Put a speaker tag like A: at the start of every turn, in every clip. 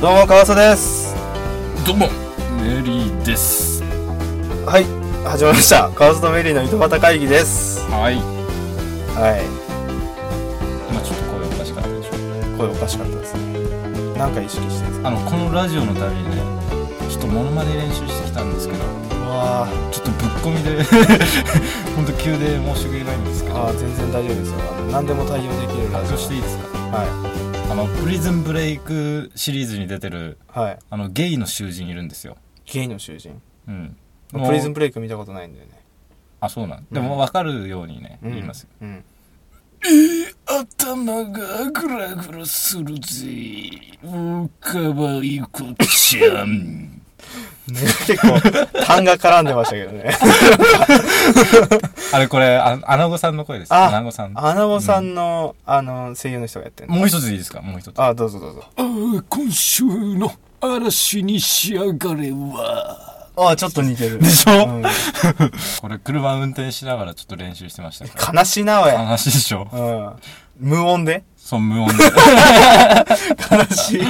A: どうも川瀬です
B: どうもメリーです
A: はい始まりました川瀬とメリーの糸端会議です
B: はい
A: は
B: 今ちょっと声おかしかったでしょ
A: い声おかしかったですねなんか意識してるんです
B: あのこのラジオのためにねちょっとモノマネ練習してきたんですけど
A: かわ
B: ちょっとぶっ込みで ほんと急で申し訳ないんですけど
A: ああ全然大丈夫ですよあの何でも対応できるラジ
B: 発
A: オ
B: 表していいですか
A: は
B: あのプリズンブレイクシリーズに出てる
A: いはい
B: あのゲイの囚人いるんですよ
A: ゲイの囚人
B: うんもう
A: プリズンブレイク見たことないんだよね
B: あそうなん
A: うん
B: でも分かるようにね、
A: うん
B: 言いますよ
A: うん
B: 頭がグラグラするぜかわいこちゃん
A: ね結構痰が絡んでましたけどね
B: あれこれ、あ、アナゴさんの声です。
A: あ
B: アナゴさん。も
A: アナゴさんの、あの声優の人がやってる
B: う一ついいですかもう一つ。
A: ああどうぞどうぞ
B: 今週の嵐に仕上がれは。
A: ああちょっと似てる
B: でしょ、
A: うん、
B: これ車運転しながらちょっと練習してましたか
A: 悲しいなおい
B: ら。悲しいでしょ
A: うん無音で
B: そう、無音で。
A: 悲しい。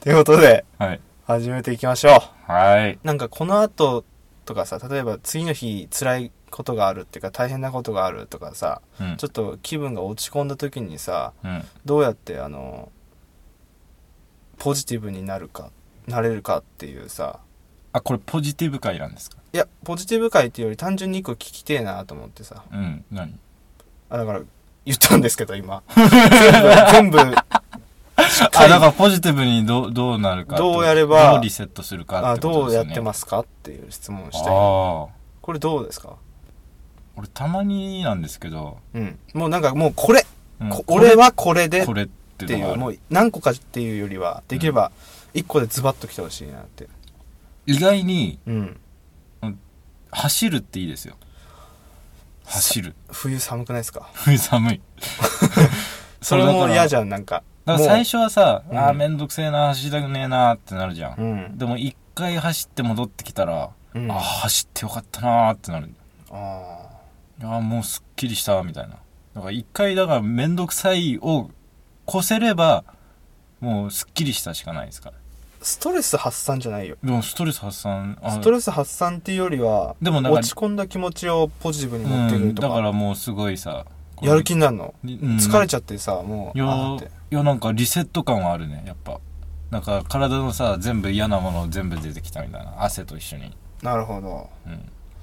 A: ということで、
B: はい。
A: 始めていきましょ
B: はい。
A: う。なんかこの後とかさ、例えば次の日辛いことがあるっていうか大変なことがあるとかさ、
B: うん
A: ち。ょっと気分が落ち込んだ時にさ、
B: うん。
A: どうやってあの、ポジティブになるか、なれるかっていうさ、
B: あ、これポジティブ会なんですか
A: いや、ポジティブ界っていうより単純に一個聞きてえなと思ってさ、
B: うん。何
A: あ、だから言ったんですけど今。全部、全部、
B: あ、だからポジティブにどう、どうなるかってこと。
A: どうやれば
B: どうリセットするか
A: あ、
B: ってこと
A: ど
B: で
A: う
B: す
A: や
B: よ
A: っ
B: ね。
A: てますかっていう質問をしたい。
B: ああ。
A: これどうですか
B: 俺たまになんですけど、
A: うん、もうなんかもうこれ、
B: うん
A: こ
B: これ
A: 俺はこれでっ
B: これって
A: て
B: の
A: い
B: があ
A: う
B: る
A: もう何個かっていうよりはできれば1個でズバッときてほしいなって
B: 意外に、
A: うん
B: 走るっていいですよ走る
A: 冬寒くないですか
B: 冬寒い
A: それも嫌じ
B: ゃん
A: ゃんなんか
B: だか
A: もう
B: ら最初はさ、
A: うん
B: ああめんどくせえな走りたくねえなってなるじゃ、
A: うんん、
B: でも一回走って戻ってきたら、
A: うん、
B: ああ
A: あ
B: 走ってよかったなーってなる
A: あ
B: ああもうすっきりしたみたいなだから一回だからめんどくさいを越せればもうすっきりしたしかないですから
A: ストレス発散じゃないよ
B: でもストレス発散あ
A: ストレス発散っていうよりは
B: でもなんか
A: 落ち込んだ気持ちをポジティブに持って
B: う
A: くる
B: ん
A: と
B: だ
A: か,、
B: からもうすごいさこれ
A: やる気になるの、
B: うん
A: 疲れちゃってさも
B: いうや
A: あーって
B: ーいやなんかリセット感はあるねやっぱなんか体のさ全部嫌なもの全部出てきたみたいな汗と一緒に、
A: なるほど
B: う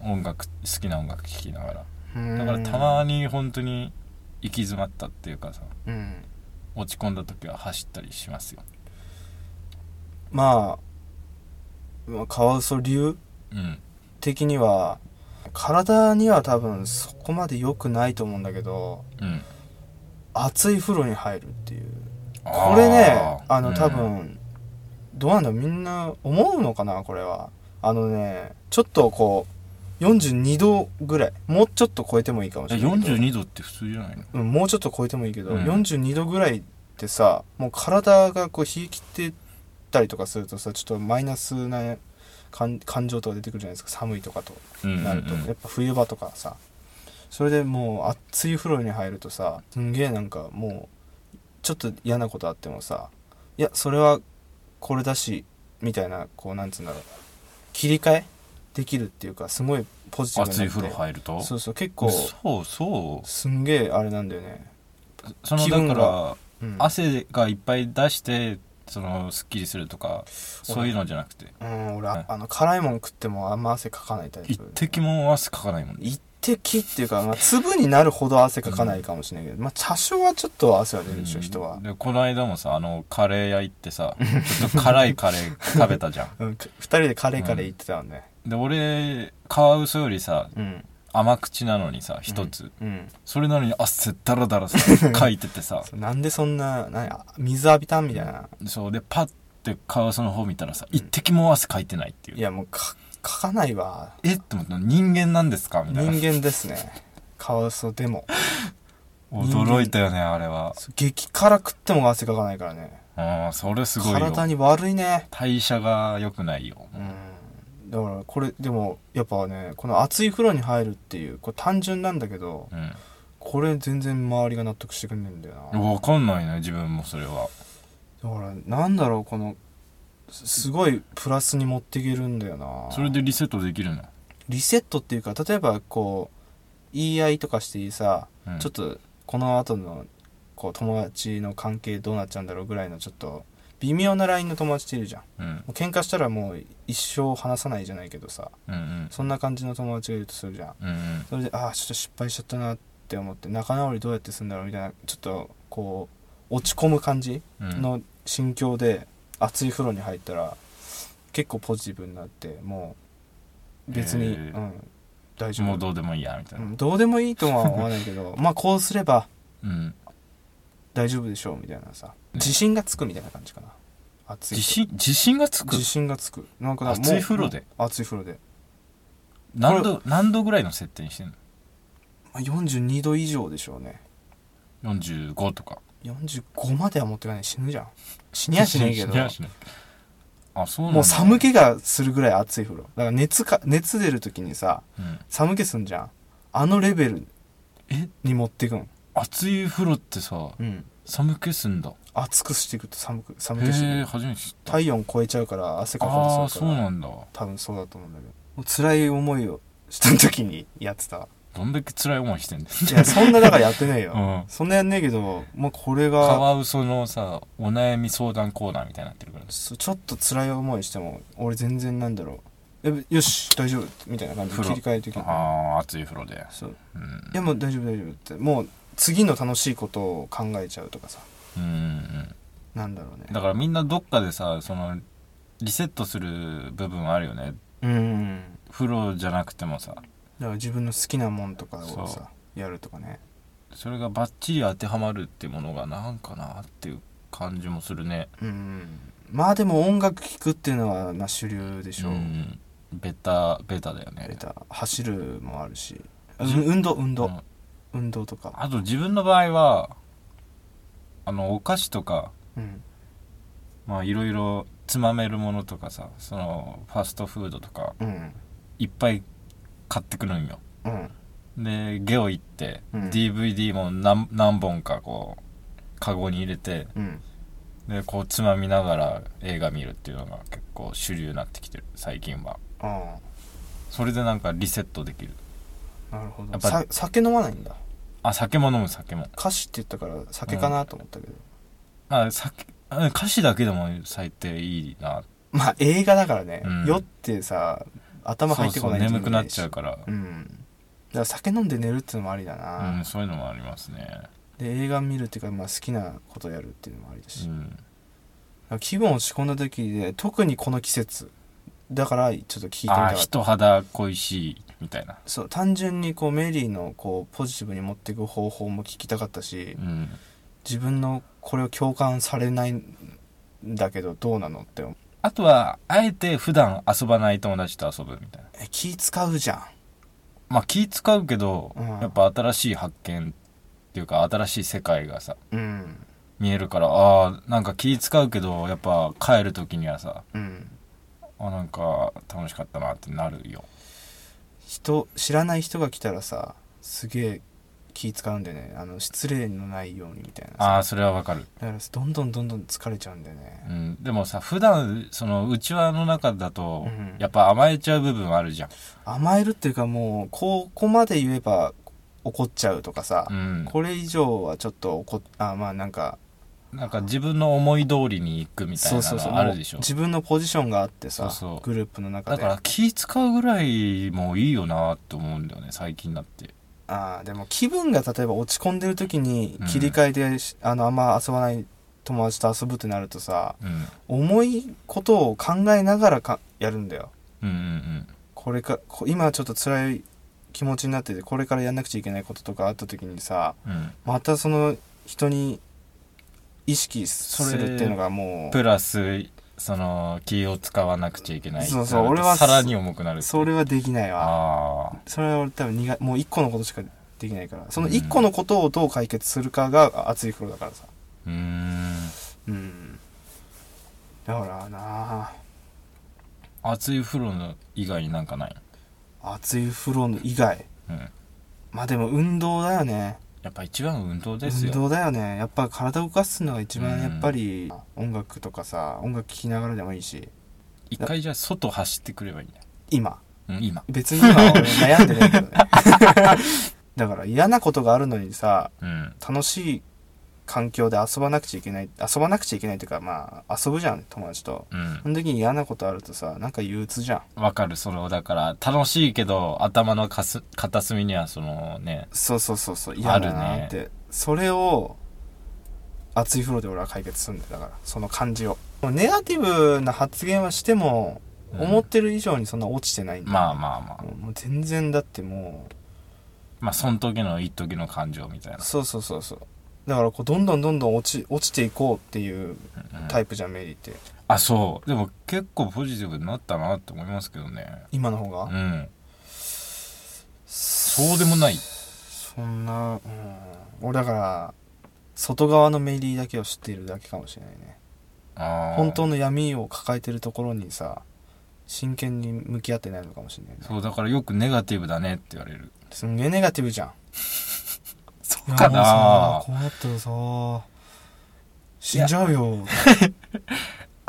B: ん、音楽好きな音楽聴きながら
A: だ
B: だからたまに本当に行き詰まったっていうかさ
A: うん
B: 落ち込んだ時は走ったりしますよ
A: まあまあカワウソ流
B: うん
A: 的には体には多分そこまで良くないと思うんだけど
B: うん
A: 熱い風呂に入るっていう
B: あー
A: これねあ
B: う
A: の
B: ん
A: 多分、どうなんだみんな思うのかなこれはあのねちょっとこう42度ぐらいもうちょっと超えてもいいかもし
B: え
A: れないけど
B: 42度って普通じゃないの
A: うんもうちょっと超えてもいいけど、
B: うん
A: 42度ぐらいってさもう体がこう冷え切ってたりとかするとさちょっとマイナスな感感情とか出てくるじゃないですか寒いとかと
B: うん
A: なると、
B: うんうん
A: やっぱ冬場とかさそれでもう熱い風呂に入るとさすんげえなんかもうちょっと嫌なことあってもさいやそれはこれだしみたいなこうなんつうんだろう切り替えできるっていうかすごいポジティブに
B: 熱
A: なっ
B: い
A: て
B: 風呂入ると
A: そうそう結構
B: そうそう
A: すんげえあれなんだよね、
B: その
A: 気分
B: だ
A: が
B: から
A: うん、
B: 汗がいっぱい出してそのすっきりするとかそういうのじゃなくて
A: うん俺、
B: はい
A: あの辛いもん食ってもあんま汗かかないタイ
B: 一
A: プ
B: 滴も汗かかないもんね
A: 一滴っていうか、まあ、粒になるほど汗かかないかもしれないけど、まあ多少はちょっと汗は出るでしょ、人は
B: うん、でこの間もさあのカレー屋行ってさちょっと辛いカレー食べたじゃ
A: うん、か二人でカレーカレー言ってたんで
B: んで 俺カワウソよりさ
A: うん
B: 甘口なのにさ一つ、
A: うん
B: それなのに汗ダラダラ さかいててさ
A: そうなんでそんな何や水浴びたんみたいな
B: そうでパッてカワウソの方見たらさ一滴も汗かいてないっていう
A: いやもうか書かないわ
B: えっと思った人間なんですかみた
A: 人
B: いな
A: 間ですねカワウソでも間
B: 驚いたよねあれは
A: そう激辛食っても汗かかないからね
B: うんそれすごいよ
A: 体に悪いね
B: 代謝が良くないよ、
A: うんだからこれでもやっぱねこの熱い風呂に入るっていうこれ単純なんだけど
B: うん
A: これ全然周りが納得してくんねえんだよな
B: 分かんないね自分もそれは
A: だからなんだろうこのすすごいプラスに持っていけるんだよな
B: それでリセットできるの、
A: リセットっていうか例えばこう言い合いとかしてさ、
B: うん、
A: ちょっとこの後のこう友達の関係どうなっちゃうんだろうぐらいのちょっと微妙なラインの友達っているじゃん
B: うん
A: もう喧嘩したらもう一生話さないじゃないけどさ
B: うんうん
A: そんな感じの友達がいるとするじゃん
B: うんうん
A: それでああちょっと失敗しちゃったなって思って仲直りどうやってするんだろうみたいなちょっとこう落ち込む感じ
B: うん
A: の心境で熱い風呂に入ったら結構ポジティブになってもう別に、
B: へー
A: うん、大丈夫
B: もうどうでもいいやみたいうな、
A: んどうでもいいとは思わないけどまあこうすれば
B: うん、
A: 大丈夫でしょうみたいなさ自信がつくみたいな感じかな熱い
B: 自信自信がつく
A: 自信がつくなんかな
B: 熱い風呂で
A: もう熱い風呂で、
B: 何度何度ぐらいの設定にしてん
A: まあ、42度以上でしょうね
B: の45とか
A: 45までは持ってかない死ぬじゃん死にゃしないけど
B: 死にゃしないあそうなんだ
A: もう寒、気がするぐらい熱い風呂だから熱か熱出る時にさ
B: うん、
A: 寒気すんじゃんあのレベル
B: え
A: に持ってくん
B: 熱い風呂ってさ
A: うん
B: 寒気すんだ
A: 熱くしていくと寒く寒気してく
B: へえ
A: る
B: 初めて知った
A: 体温超えちゃうから汗か
B: ああ
A: か
B: ー
A: って
B: そう
A: から
B: なんだ
A: 多分そうだと思うんだけどもう辛い思いをした時にやってた
B: どんだけ辛い思いしてんだ
A: いやそんなだからやってないよ、
B: よ、 うん、
A: そんなやんねえけど、まあ、これ
B: カ
A: が
B: ワウソのさお悩み相談コーナーみたいになってるからです
A: そうちょっと辛い思いしても俺全然なんだろうえよし大丈夫みたいな感じで切り替えてきて
B: ああ熱い風呂で、
A: そう
B: うん
A: い、やもう大丈夫大丈夫ってもう次の楽しいことを考えちゃうとかさ
B: うんうん
A: なんだろう
B: うん
A: ね
B: だからみんなどっかでさそのリセットする部分あるよね
A: うん
B: 風呂じゃなくてもさ
A: だから自分の好きなもんとかを
B: そう
A: さやるとかね
B: それがバッチリ当てはまるってものがなんかなっていう感じもするね
A: うんまあでも音楽聴くっていうのはまあ主流でしょう、
B: んベタベタだよ
A: え
B: ね
A: っと走るもあるしうん運動運動、
B: うん
A: 運動とか
B: あと自分の場合はあのお菓子とか
A: うん
B: まあいろいろつまめるものとかさそのファストフードとか
A: うん
B: いっぱい買ってくるんよ
A: うん
B: でゲオ行って、
A: うん
B: DVD も何何本かこうカゴに入れて
A: うん
B: でこうつまみながら映画見るっていうのが結構主流になってきてる最近は
A: あ
B: それでなんかリセットできる
A: あなるほ
B: や
A: ど
B: っぱ
A: さ酒飲まないんだ
B: あ酒も飲む酒も
A: 菓子って言ったから酒かなと思ったけど、
B: あ酒あ歌詞だけでも最低いいな
A: まあ映画だからね、
B: うん
A: 酔ってさ頭入ってこない
B: そう
A: と眠
B: そう眠く
A: く
B: な
A: な
B: っ
A: い
B: ちゃうから、
A: うんだから酒飲んで寝るっていうのもありだな、
B: うん、そういうのもありますね、
A: で映画見るっていうか、まあ、好きなことやるっていうのもありだし、
B: う
A: だ
B: ん、
A: から気分を仕込んだ時で特にこの季節だからちょっと聞いてみた
B: あ
A: か
B: ー
A: った
B: 人肌恋しいみたいな、
A: そう単純にこうメリーのこうポジティブに持っていく方法も聞きたかったし
B: うん、
A: 自分のこれを共感されないんだけどどうなのって思う
B: あとはあえて普段遊ばない友達と遊ぶみたいな
A: え気使うじゃん
B: まあ気使うけど、
A: うん
B: やっぱ新しい発見っていうか新しい世界がさ
A: うん
B: 見えるからあーなんか気使うけどやっぱ帰る時にはさ
A: うん
B: あなんか楽しかったなってなるよ
A: 人知らない人が来たらさすげえ気使うんだよねあの失礼のないようにみたいなさ
B: ああそれはわかる、
A: だからどんどんどんどん疲れちゃうんだよ
B: う
A: ね
B: ん、でもさ普段そのうちわの中だと、
A: うん
B: やっぱ甘えちゃう部分あるじゃん、
A: 甘えるっていうかもうここまで言えば怒っちゃうとかさ
B: う、ん、
A: これ以上はちょっと怒っあまあなんか
B: なんか自分の思い通りに行くみたい
A: そう
B: な
A: そうそう
B: のあるでしょ
A: もう自分のポジションがあってさ
B: そうそう
A: グループの中
B: だ
A: で
B: から気使うぐらいもういいよなって思うんだよね最近だって
A: あーでも気分が例えば落ち込んでる時に
B: うん
A: 切り替えでし、あのあんま遊ばない友達と遊ぶってなるとさ
B: うん
A: 重いことを考えながらかやるんだよ
B: うんうん
A: これかこ今ちょっと辛い気持ちになっててこれからやんなくちゃいけないこととかあった時にさ
B: うんうん
A: またその人に意識す
B: それ
A: るっていうのがも
B: プラスその気を使わなくちゃいけない
A: そうそう
B: ってなると
A: 俺は
B: さらに重くなる
A: うそれはできないわ
B: ああ
A: それは俺多分苦いもう一個のことしかできないからその一個のことをどう解決するかが熱い風呂だからさ
B: うーん
A: うんだからな
B: 熱い風呂の以外になんかない
A: 熱い風呂の以外
B: うん
A: まあでも運動だよね
B: やっぱ一番運動です
A: 運動
B: よ
A: だよねやっぱ体動かすのが一
B: う
A: 番
B: ん
A: やっぱり音楽とかさ音楽聴きながらでもいいし
B: 一回じゃあ外走ってくればいいね、
A: 今
B: うん、今
A: 別に今俺悩んでないけ どねだから嫌なことがあるのにさ
B: うん
A: 楽しい環境で遊ばなくちゃいけない遊ばなくちゃいけないっていうかまあ遊ぶじゃん友達と
B: うん
A: その時に嫌なことあるとさなんか憂鬱じゃん
B: わかるそのだから楽しいけど頭のかす片隅にはそのね
A: そうそうそうそう
B: あ
A: 嫌
B: る
A: だ
B: ね
A: なって、それを熱い風呂で俺は解決するんだよだからその感じをネガティブな発言はしても、
B: うん
A: 思ってる以上にそんな落ちてないんだよ
B: まあまあまあ
A: もう全然だっても
B: まあその時の一時の感情みたいうな、
A: そうそうそうそうだからこうどんどんどんどん落ち落ちていこうっていう
B: うん
A: タイプじゃん、メリーって
B: あそうでも結構ポジティブになったなって思いますけどね
A: 今の方が、
B: うんそうでもない
A: そんな、うん、俺だから外側のメリーだけを知っているだけかもしれないね
B: あー
A: 本当の闇を抱えてるところにさ真剣に向き合ってないのかもしれないね
B: そうだからよくネガティブだねって言われる
A: すんげえネガティブじゃん
B: そ
A: いやも
B: か
A: うさ
B: な
A: こうなったらさ死んじゃうよ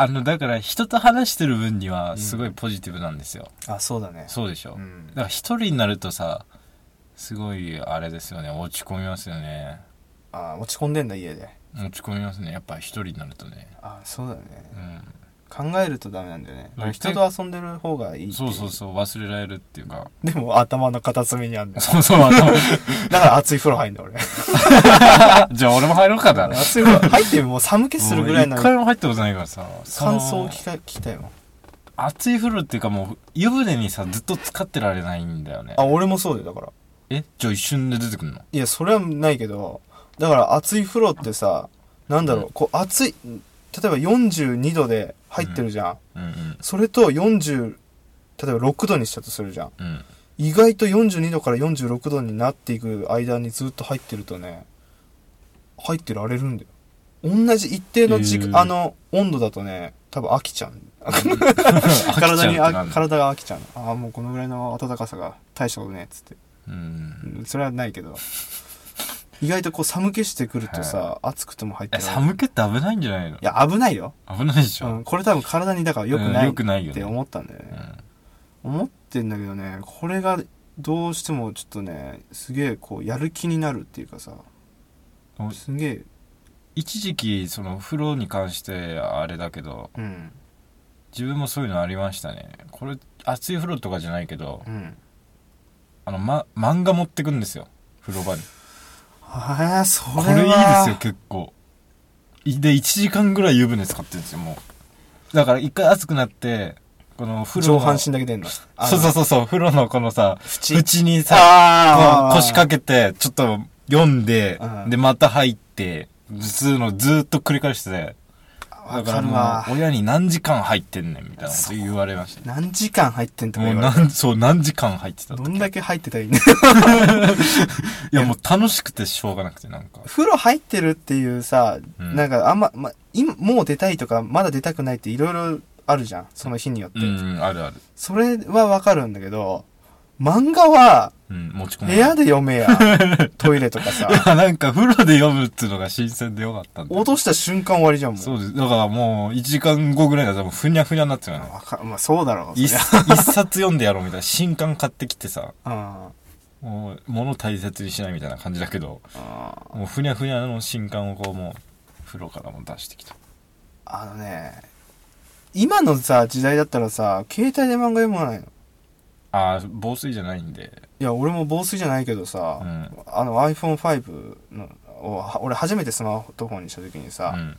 B: あのだから人と話してる分に
A: う
B: は
A: ん
B: すごいポジティブなんですよ、
A: あそうだね
B: そうでしょ、
A: ん
B: だから一人になるとさすごいあれですよね落ち込みますよね
A: あ落ち込んでんだ家で
B: 落ち込みますねやっぱ一人になるとね
A: あそうだね
B: う
A: 考えるとダメなんだよね
B: うん
A: 人と遊んでる方がいい
B: ん
A: ってい
B: そうそうそう忘れられるっていうか
A: でも頭の片隅にあるんだよ
B: そうそう 頭
A: だから熱い風呂入んだ俺
B: じゃあ俺も入ろうかな
A: 熱い風呂入ってもう寒気するぐらいな
B: もう一
A: の
B: 回も入ったことないからさ
A: 乾燥を
B: その
A: 聞か聞きたいもん
B: 熱い風呂っていうかもう湯船にさずっと浸かってられないんだよね
A: あ俺もそうだよだから
B: えじゃあ一瞬で出てくるの
A: いや、それはないけど、だから熱い風呂ってさ、なんだろう、こう熱い、例えば42度で入ってるじゃん。
B: うんうん
A: それと40、例えば6度にしたとするじゃん。
B: うん
A: 意外と42度から46度になっていく間にずっと入ってるとね、入ってられるんだよ。同じ一定の時
B: へ
A: 間、
B: ー
A: あの、温度だとね、多分飽きちゃう。体に、
B: あ
A: あ体が飽きちゃうの。ああ、もうこのぐらいの暖かさが大したことねえ、つって。
B: うん
A: うんそれはないけど意外とこう寒気してくるとさ、暑くても入って
B: え
A: ない
B: 寒気って危ないんじゃないの
A: いや危ないよ、
B: 危ないでし
A: う
B: ょ
A: ん、これ多分体にだから良く
B: うん
A: ない
B: 良
A: っ
B: くないよ
A: て
B: ね
A: 思ったんだよね、
B: うん
A: 思ってんだけどねこれがどうしてもちょっとねすげえこうやる気になるっていうかさ
B: お
A: すげえ
B: 一時期その風呂に関してあれだけど
A: うん
B: 自分もそういうのありましたねこれ熱い風呂とかじゃないけど
A: うん
B: あの、ま、漫画持ってくんですよ風呂場に
A: ああそれ
B: こ
A: は
B: れいいですよ結構いで1時間ぐらい湯船使ってるんですよもうだから一回熱くなってこの風呂
A: 上
B: の
A: 半身だけ出んの
B: そうそうそうそう風呂のこのさ
A: 縁
B: 縁にさこ
A: あ
B: う
A: ー
B: 腰掛けてちょっと読んで
A: うん
B: でまた入ってずーのずーっと繰り返しててだ
A: わ
B: か
A: からる
B: も
A: わ
B: う親に何時間入ってんねんみたいなこと言われました
A: 何時間入ってんとか
B: もう
A: 言われた
B: なんそう何時間入ってた
A: ど
B: と
A: んだけ入ってたらいいんだ
B: いやもう楽しくてしょうがなくてなんか
A: 風呂入ってるっていうさ、
B: うん
A: なんかあんま、ま、今もう出たいとかまだ出たくないっていろいろあるじゃんその日によって、
B: うんうんあるある
A: それはわかるんだけど漫画は
B: うん持ち込
A: 部
B: む
A: 屋で読めや、トイレとかさ
B: い や なんか風呂で読むっていうのが新鮮でよかったんだよ
A: 落とした瞬間終わりじゃんもう
B: そうですだからもう1時間後ぐらいだともうふにゃふにゃになってたね
A: わかまあ、そうだろう
B: 一
A: そりゃ
B: 冊一冊読んでやろうみたいな新刊買ってきてさ
A: うん
B: もう物大切にしないみたいな感じだけど
A: あ
B: もうふにゃふにゃの新刊をこうもう風呂からも出してきた
A: あのね今のさ時代だったらさ携帯で漫画読まないの
B: ああ防水じゃないんで
A: いや俺も防水じゃないけどさ、
B: うん
A: あの iPhone5 のをは俺初めてスマートフォンにした時にさ、
B: うん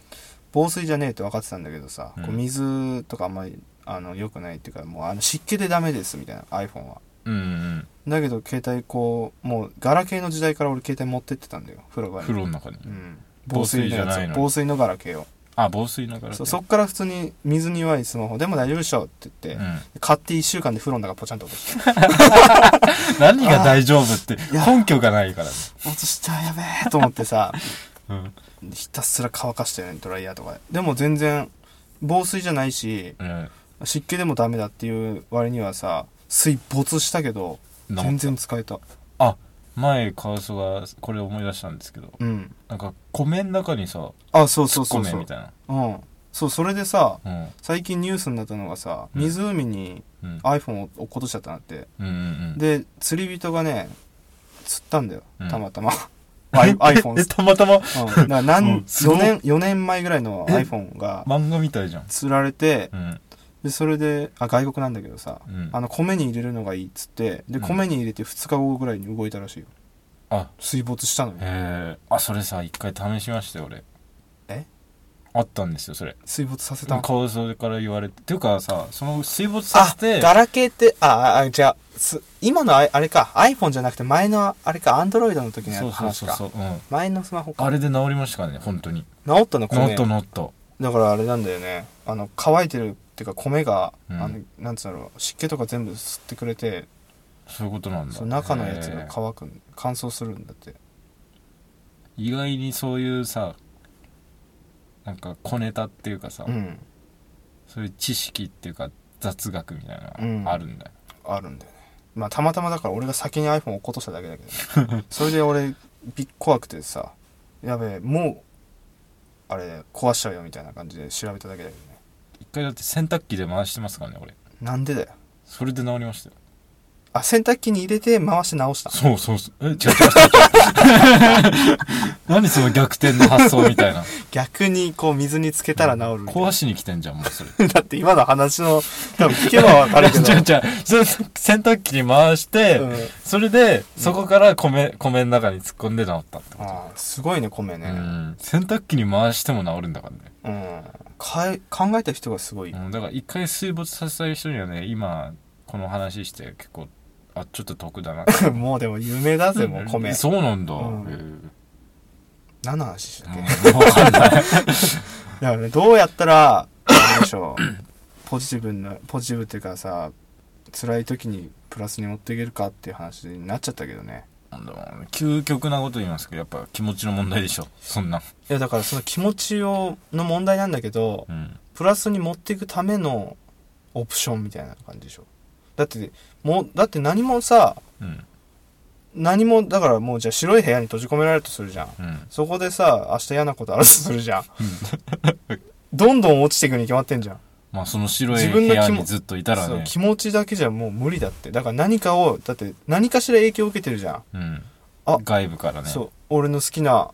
A: 防水じゃねえって分かってたんだけどさ、
B: うん
A: こう水とかあんまりあの良くないっていうかもうあの湿気でダメですみたいな iPhone は
B: うんうん
A: だけど携帯こうもうガラケーの時代から俺携帯持ってってたんだよ風呂場に
B: 風呂の中に
A: うん、
B: 防
A: 防
B: 水
A: 水
B: じ
A: のや
B: ゃない
A: つ
B: の
A: 防水のガラケーを
B: あ防水だから
A: そうそっから普通に水に弱いスマホでも大丈夫でしょって言
B: う
A: っ
B: ん
A: て、買って1週間で風呂の中ポチャンと落とした
B: 何が大丈夫って
A: いや
B: 根拠がないからね
A: 落としたやべえと思ってさ
B: うん
A: ひたすら乾かしたよねドライヤーとかででも全然防水じゃないし
B: うん
A: 湿気でもダメだっていう割にはさ水没したけど
B: な
A: 全然使えた
B: 前カワウソがこれ思い出したんですけど
A: うん
B: なんか米の中にさ
A: あそうそうそう
B: 米
A: そう
B: みたいな
A: うんそうそれでさ
B: うん
A: 最近ニュースになったのがさ
B: うん
A: 湖に
B: うん
A: iPhone を落っことしちゃったなって
B: うんうんうん
A: で釣り人がね釣ったんだよ
B: うん
A: たまたま I- iPhone
B: えたまた
A: う
B: ま
A: ん、だから何
B: うんすご
A: 4
B: い
A: 年4年前ぐらいの iPhone が
B: 漫画みたいじゃん
A: 釣られて
B: うん
A: でそれであ外国なんだけどさ
B: うん
A: あの米に入れるのがいいっつってで
B: うん
A: 米に入れて2日後ぐらいに動いたらしいよ
B: あ
A: 水没したのよ
B: えー、あそれさ一回試しましたよ俺
A: え
B: あったんですよそれ
A: 水没させたの
B: カワウソから言われてっていうかさその水没さ
A: あ
B: せて
A: ガラケーってあああ違うす今のああれか iPhone じゃなくて前のあれか Android の時の
B: そう
A: 話
B: そう
A: か
B: そうそう、うん、
A: 前のスマホか
B: あれで治りましたからね本当に
A: 治ったの
B: ノ
A: 米
B: ットノット
A: だからあれなんだよねあの乾いてるっていうか米が、
B: うん
A: あのなんつうんだろう湿気とか全部吸ってくれて
B: そういうことなんだ
A: その中のやつ
B: へ
A: が
B: ー
A: 乾くん乾燥するんだって
B: 意外にそういうさなんか小ネタっていうかさ、
A: うん
B: そういう知識っていうか雑学みたいな
A: うん
B: のあるんだよ、
A: あるんだよねまあたまたまだから俺が先に iPhone を落っことしただけだけど、ね、それで俺びっ怖くてさやべえもうあれ壊しちゃうよみたいな感じで調べただけだけどね
B: 一回だって洗濯機で回してますからね俺
A: なんでだよ
B: それで治りましたよ
A: あ洗濯機に入れて回して直した
B: そうそうそうえ違う違う違う何その逆転の発想みたいな
A: 逆にこう水につけたら治るみたいな
B: 壊しに来てんじゃんもうそれ
A: だって今の話の多分聞けばわかるけど
B: 違う違うそれ洗濯機に回して、
A: うん
B: それでそこから米米の中に突っ込んで治ったってこと
A: ああすごいね米
B: う
A: ね、
B: ん、洗濯機に回しても治るんだからね、
A: うんかえ考えた人がすごい、
B: うん、だから一回水没させたい人にはね今この話して結構あちょっと得だな
A: もうでも有名だぜもう米、
B: そうなんだ、
A: うん
B: へえ
A: 何の話したっけ、だ
B: うんわかんな
A: か
B: い
A: らねどうやったら何でしょう ポジティブなポジティブっていうかさ辛い時にプラスに持っていけるかっていう話になっちゃったけどね
B: なんだろう究極なこと言いますけどやっぱ気持ちの問題でしょそんない
A: やだからその気持ちをの問題なんだけど
B: うん
A: プラスに持っていくためのオプションみたいな感じでしょだってもうだって何もさ
B: うん
A: 何もだからもうじゃあ白い部屋に閉じ込められるとするじゃん
B: うん
A: そこでさ明日嫌なことあるとするじゃんどんどん落ちていくに決まってんじゃん
B: まあその白い
A: 自分
B: 部
A: の気も
B: 屋にずっといたら
A: そう
B: ね
A: 気持ちだけじゃもう無理だってだから何かをだって何かしら影響を受けてるじゃん、
B: うん
A: あ
B: 外部からね
A: そう俺の好きな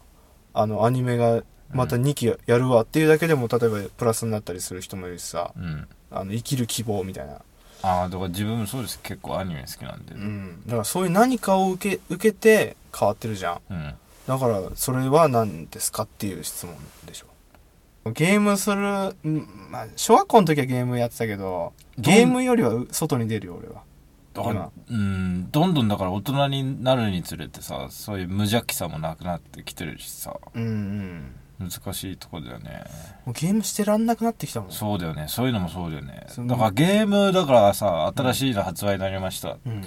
A: あのアニメがまた
B: うん
A: 2期やるわっていうだけでも例えばプラスになったりする人もいるしさ
B: うん
A: あの生きる希望みたいな、
B: ああだから自分もそうです結構アニメ好きなんで
A: う
B: うん、
A: ん、だからそういう何かを受け受けて変わってるじゃんだからそれは何ですかっていう質問でしょゲームする、んまあ、小学校の時はゲームやってたけど
B: どん
A: ゲームよりはう外に出るよ俺は
B: だからうんどんどんだから大人になるにつれてさそういう無邪気さもなくなってきてるしさ
A: うんうん
B: 難しいとこだよね
A: もうゲームしてらんなくなってきたもん
B: そうだよねそういうのもそうだよね
A: その
B: だからゲームだからさ新しいの発売になりました、
A: うん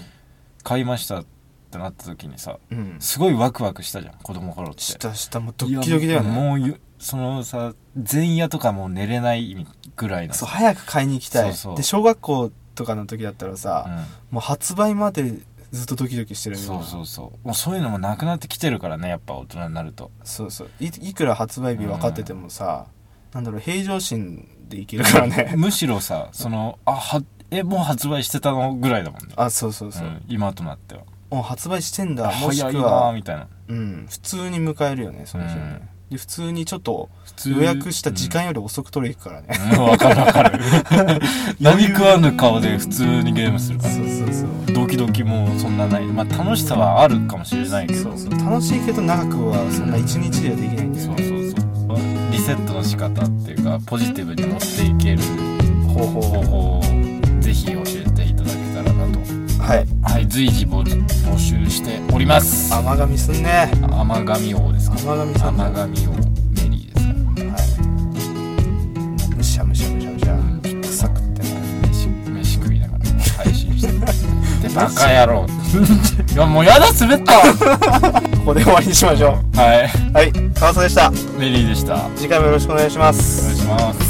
B: 買いましたってなった時にさ
A: うん
B: すごいワクワクしたじゃん子供頃って
A: したしたもうドッキドキだよ
B: い
A: ね
B: やもうゆそのさ前夜とかもう寝れないぐらいの
A: そう早く買いに行きたい
B: そうそう
A: で小学校とかの時だったらさ、もう発売までずっとドキドキして
B: うん
A: るよ
B: そうそうそうもうそういうのもなくなってきてるからねやっぱ大人になると
A: そうそういいくら発売日分かっててもさ、なんだろう平常心でいけるからね
B: むしろさそのあはえもう発売してたのぐらいだもんね
A: あそうそうそう、
B: うん今となっては
A: もう発売してんだ
B: あ
A: もし
B: 早い
A: く
B: な
A: は
B: ーみたいな
A: うん、普通に迎えるよねその日をね、で普通にちょっと
B: 普通
A: 予約した時間より遅く取り行くからね、
B: うん、うんわかるわか る何食わぬ顔で普通にゲームするから
A: そうそうそう
B: ドキドキもそんなないまあ楽しさはあるかもしれないけど
A: そうそう楽しいけど長くはそんな一日ではできないんだよ
B: そう
A: ね
B: そうそうリセットの仕方っていうかポジティブに持っていける
A: 方法
B: 方
A: を
B: 法をぜひ教えていただけたらなと
A: はい
B: はい随時募募集しております
A: 甘噛みすんね
B: 甘神王ですか
A: 甘噛みさん
B: 甘
A: は
B: 神王メリーですか
A: いもうむしゃむしゃむしゃむしゃ
B: うんちょっと
A: 臭くってね
B: 飯飯食いながら配信してるでバカ野郎いやもうやだ滑った
A: ここで終わりにしましょ
B: はいう
A: はい川瀬でした
B: メリーでしたお
A: 次回もよろしくお願いします
B: 願いします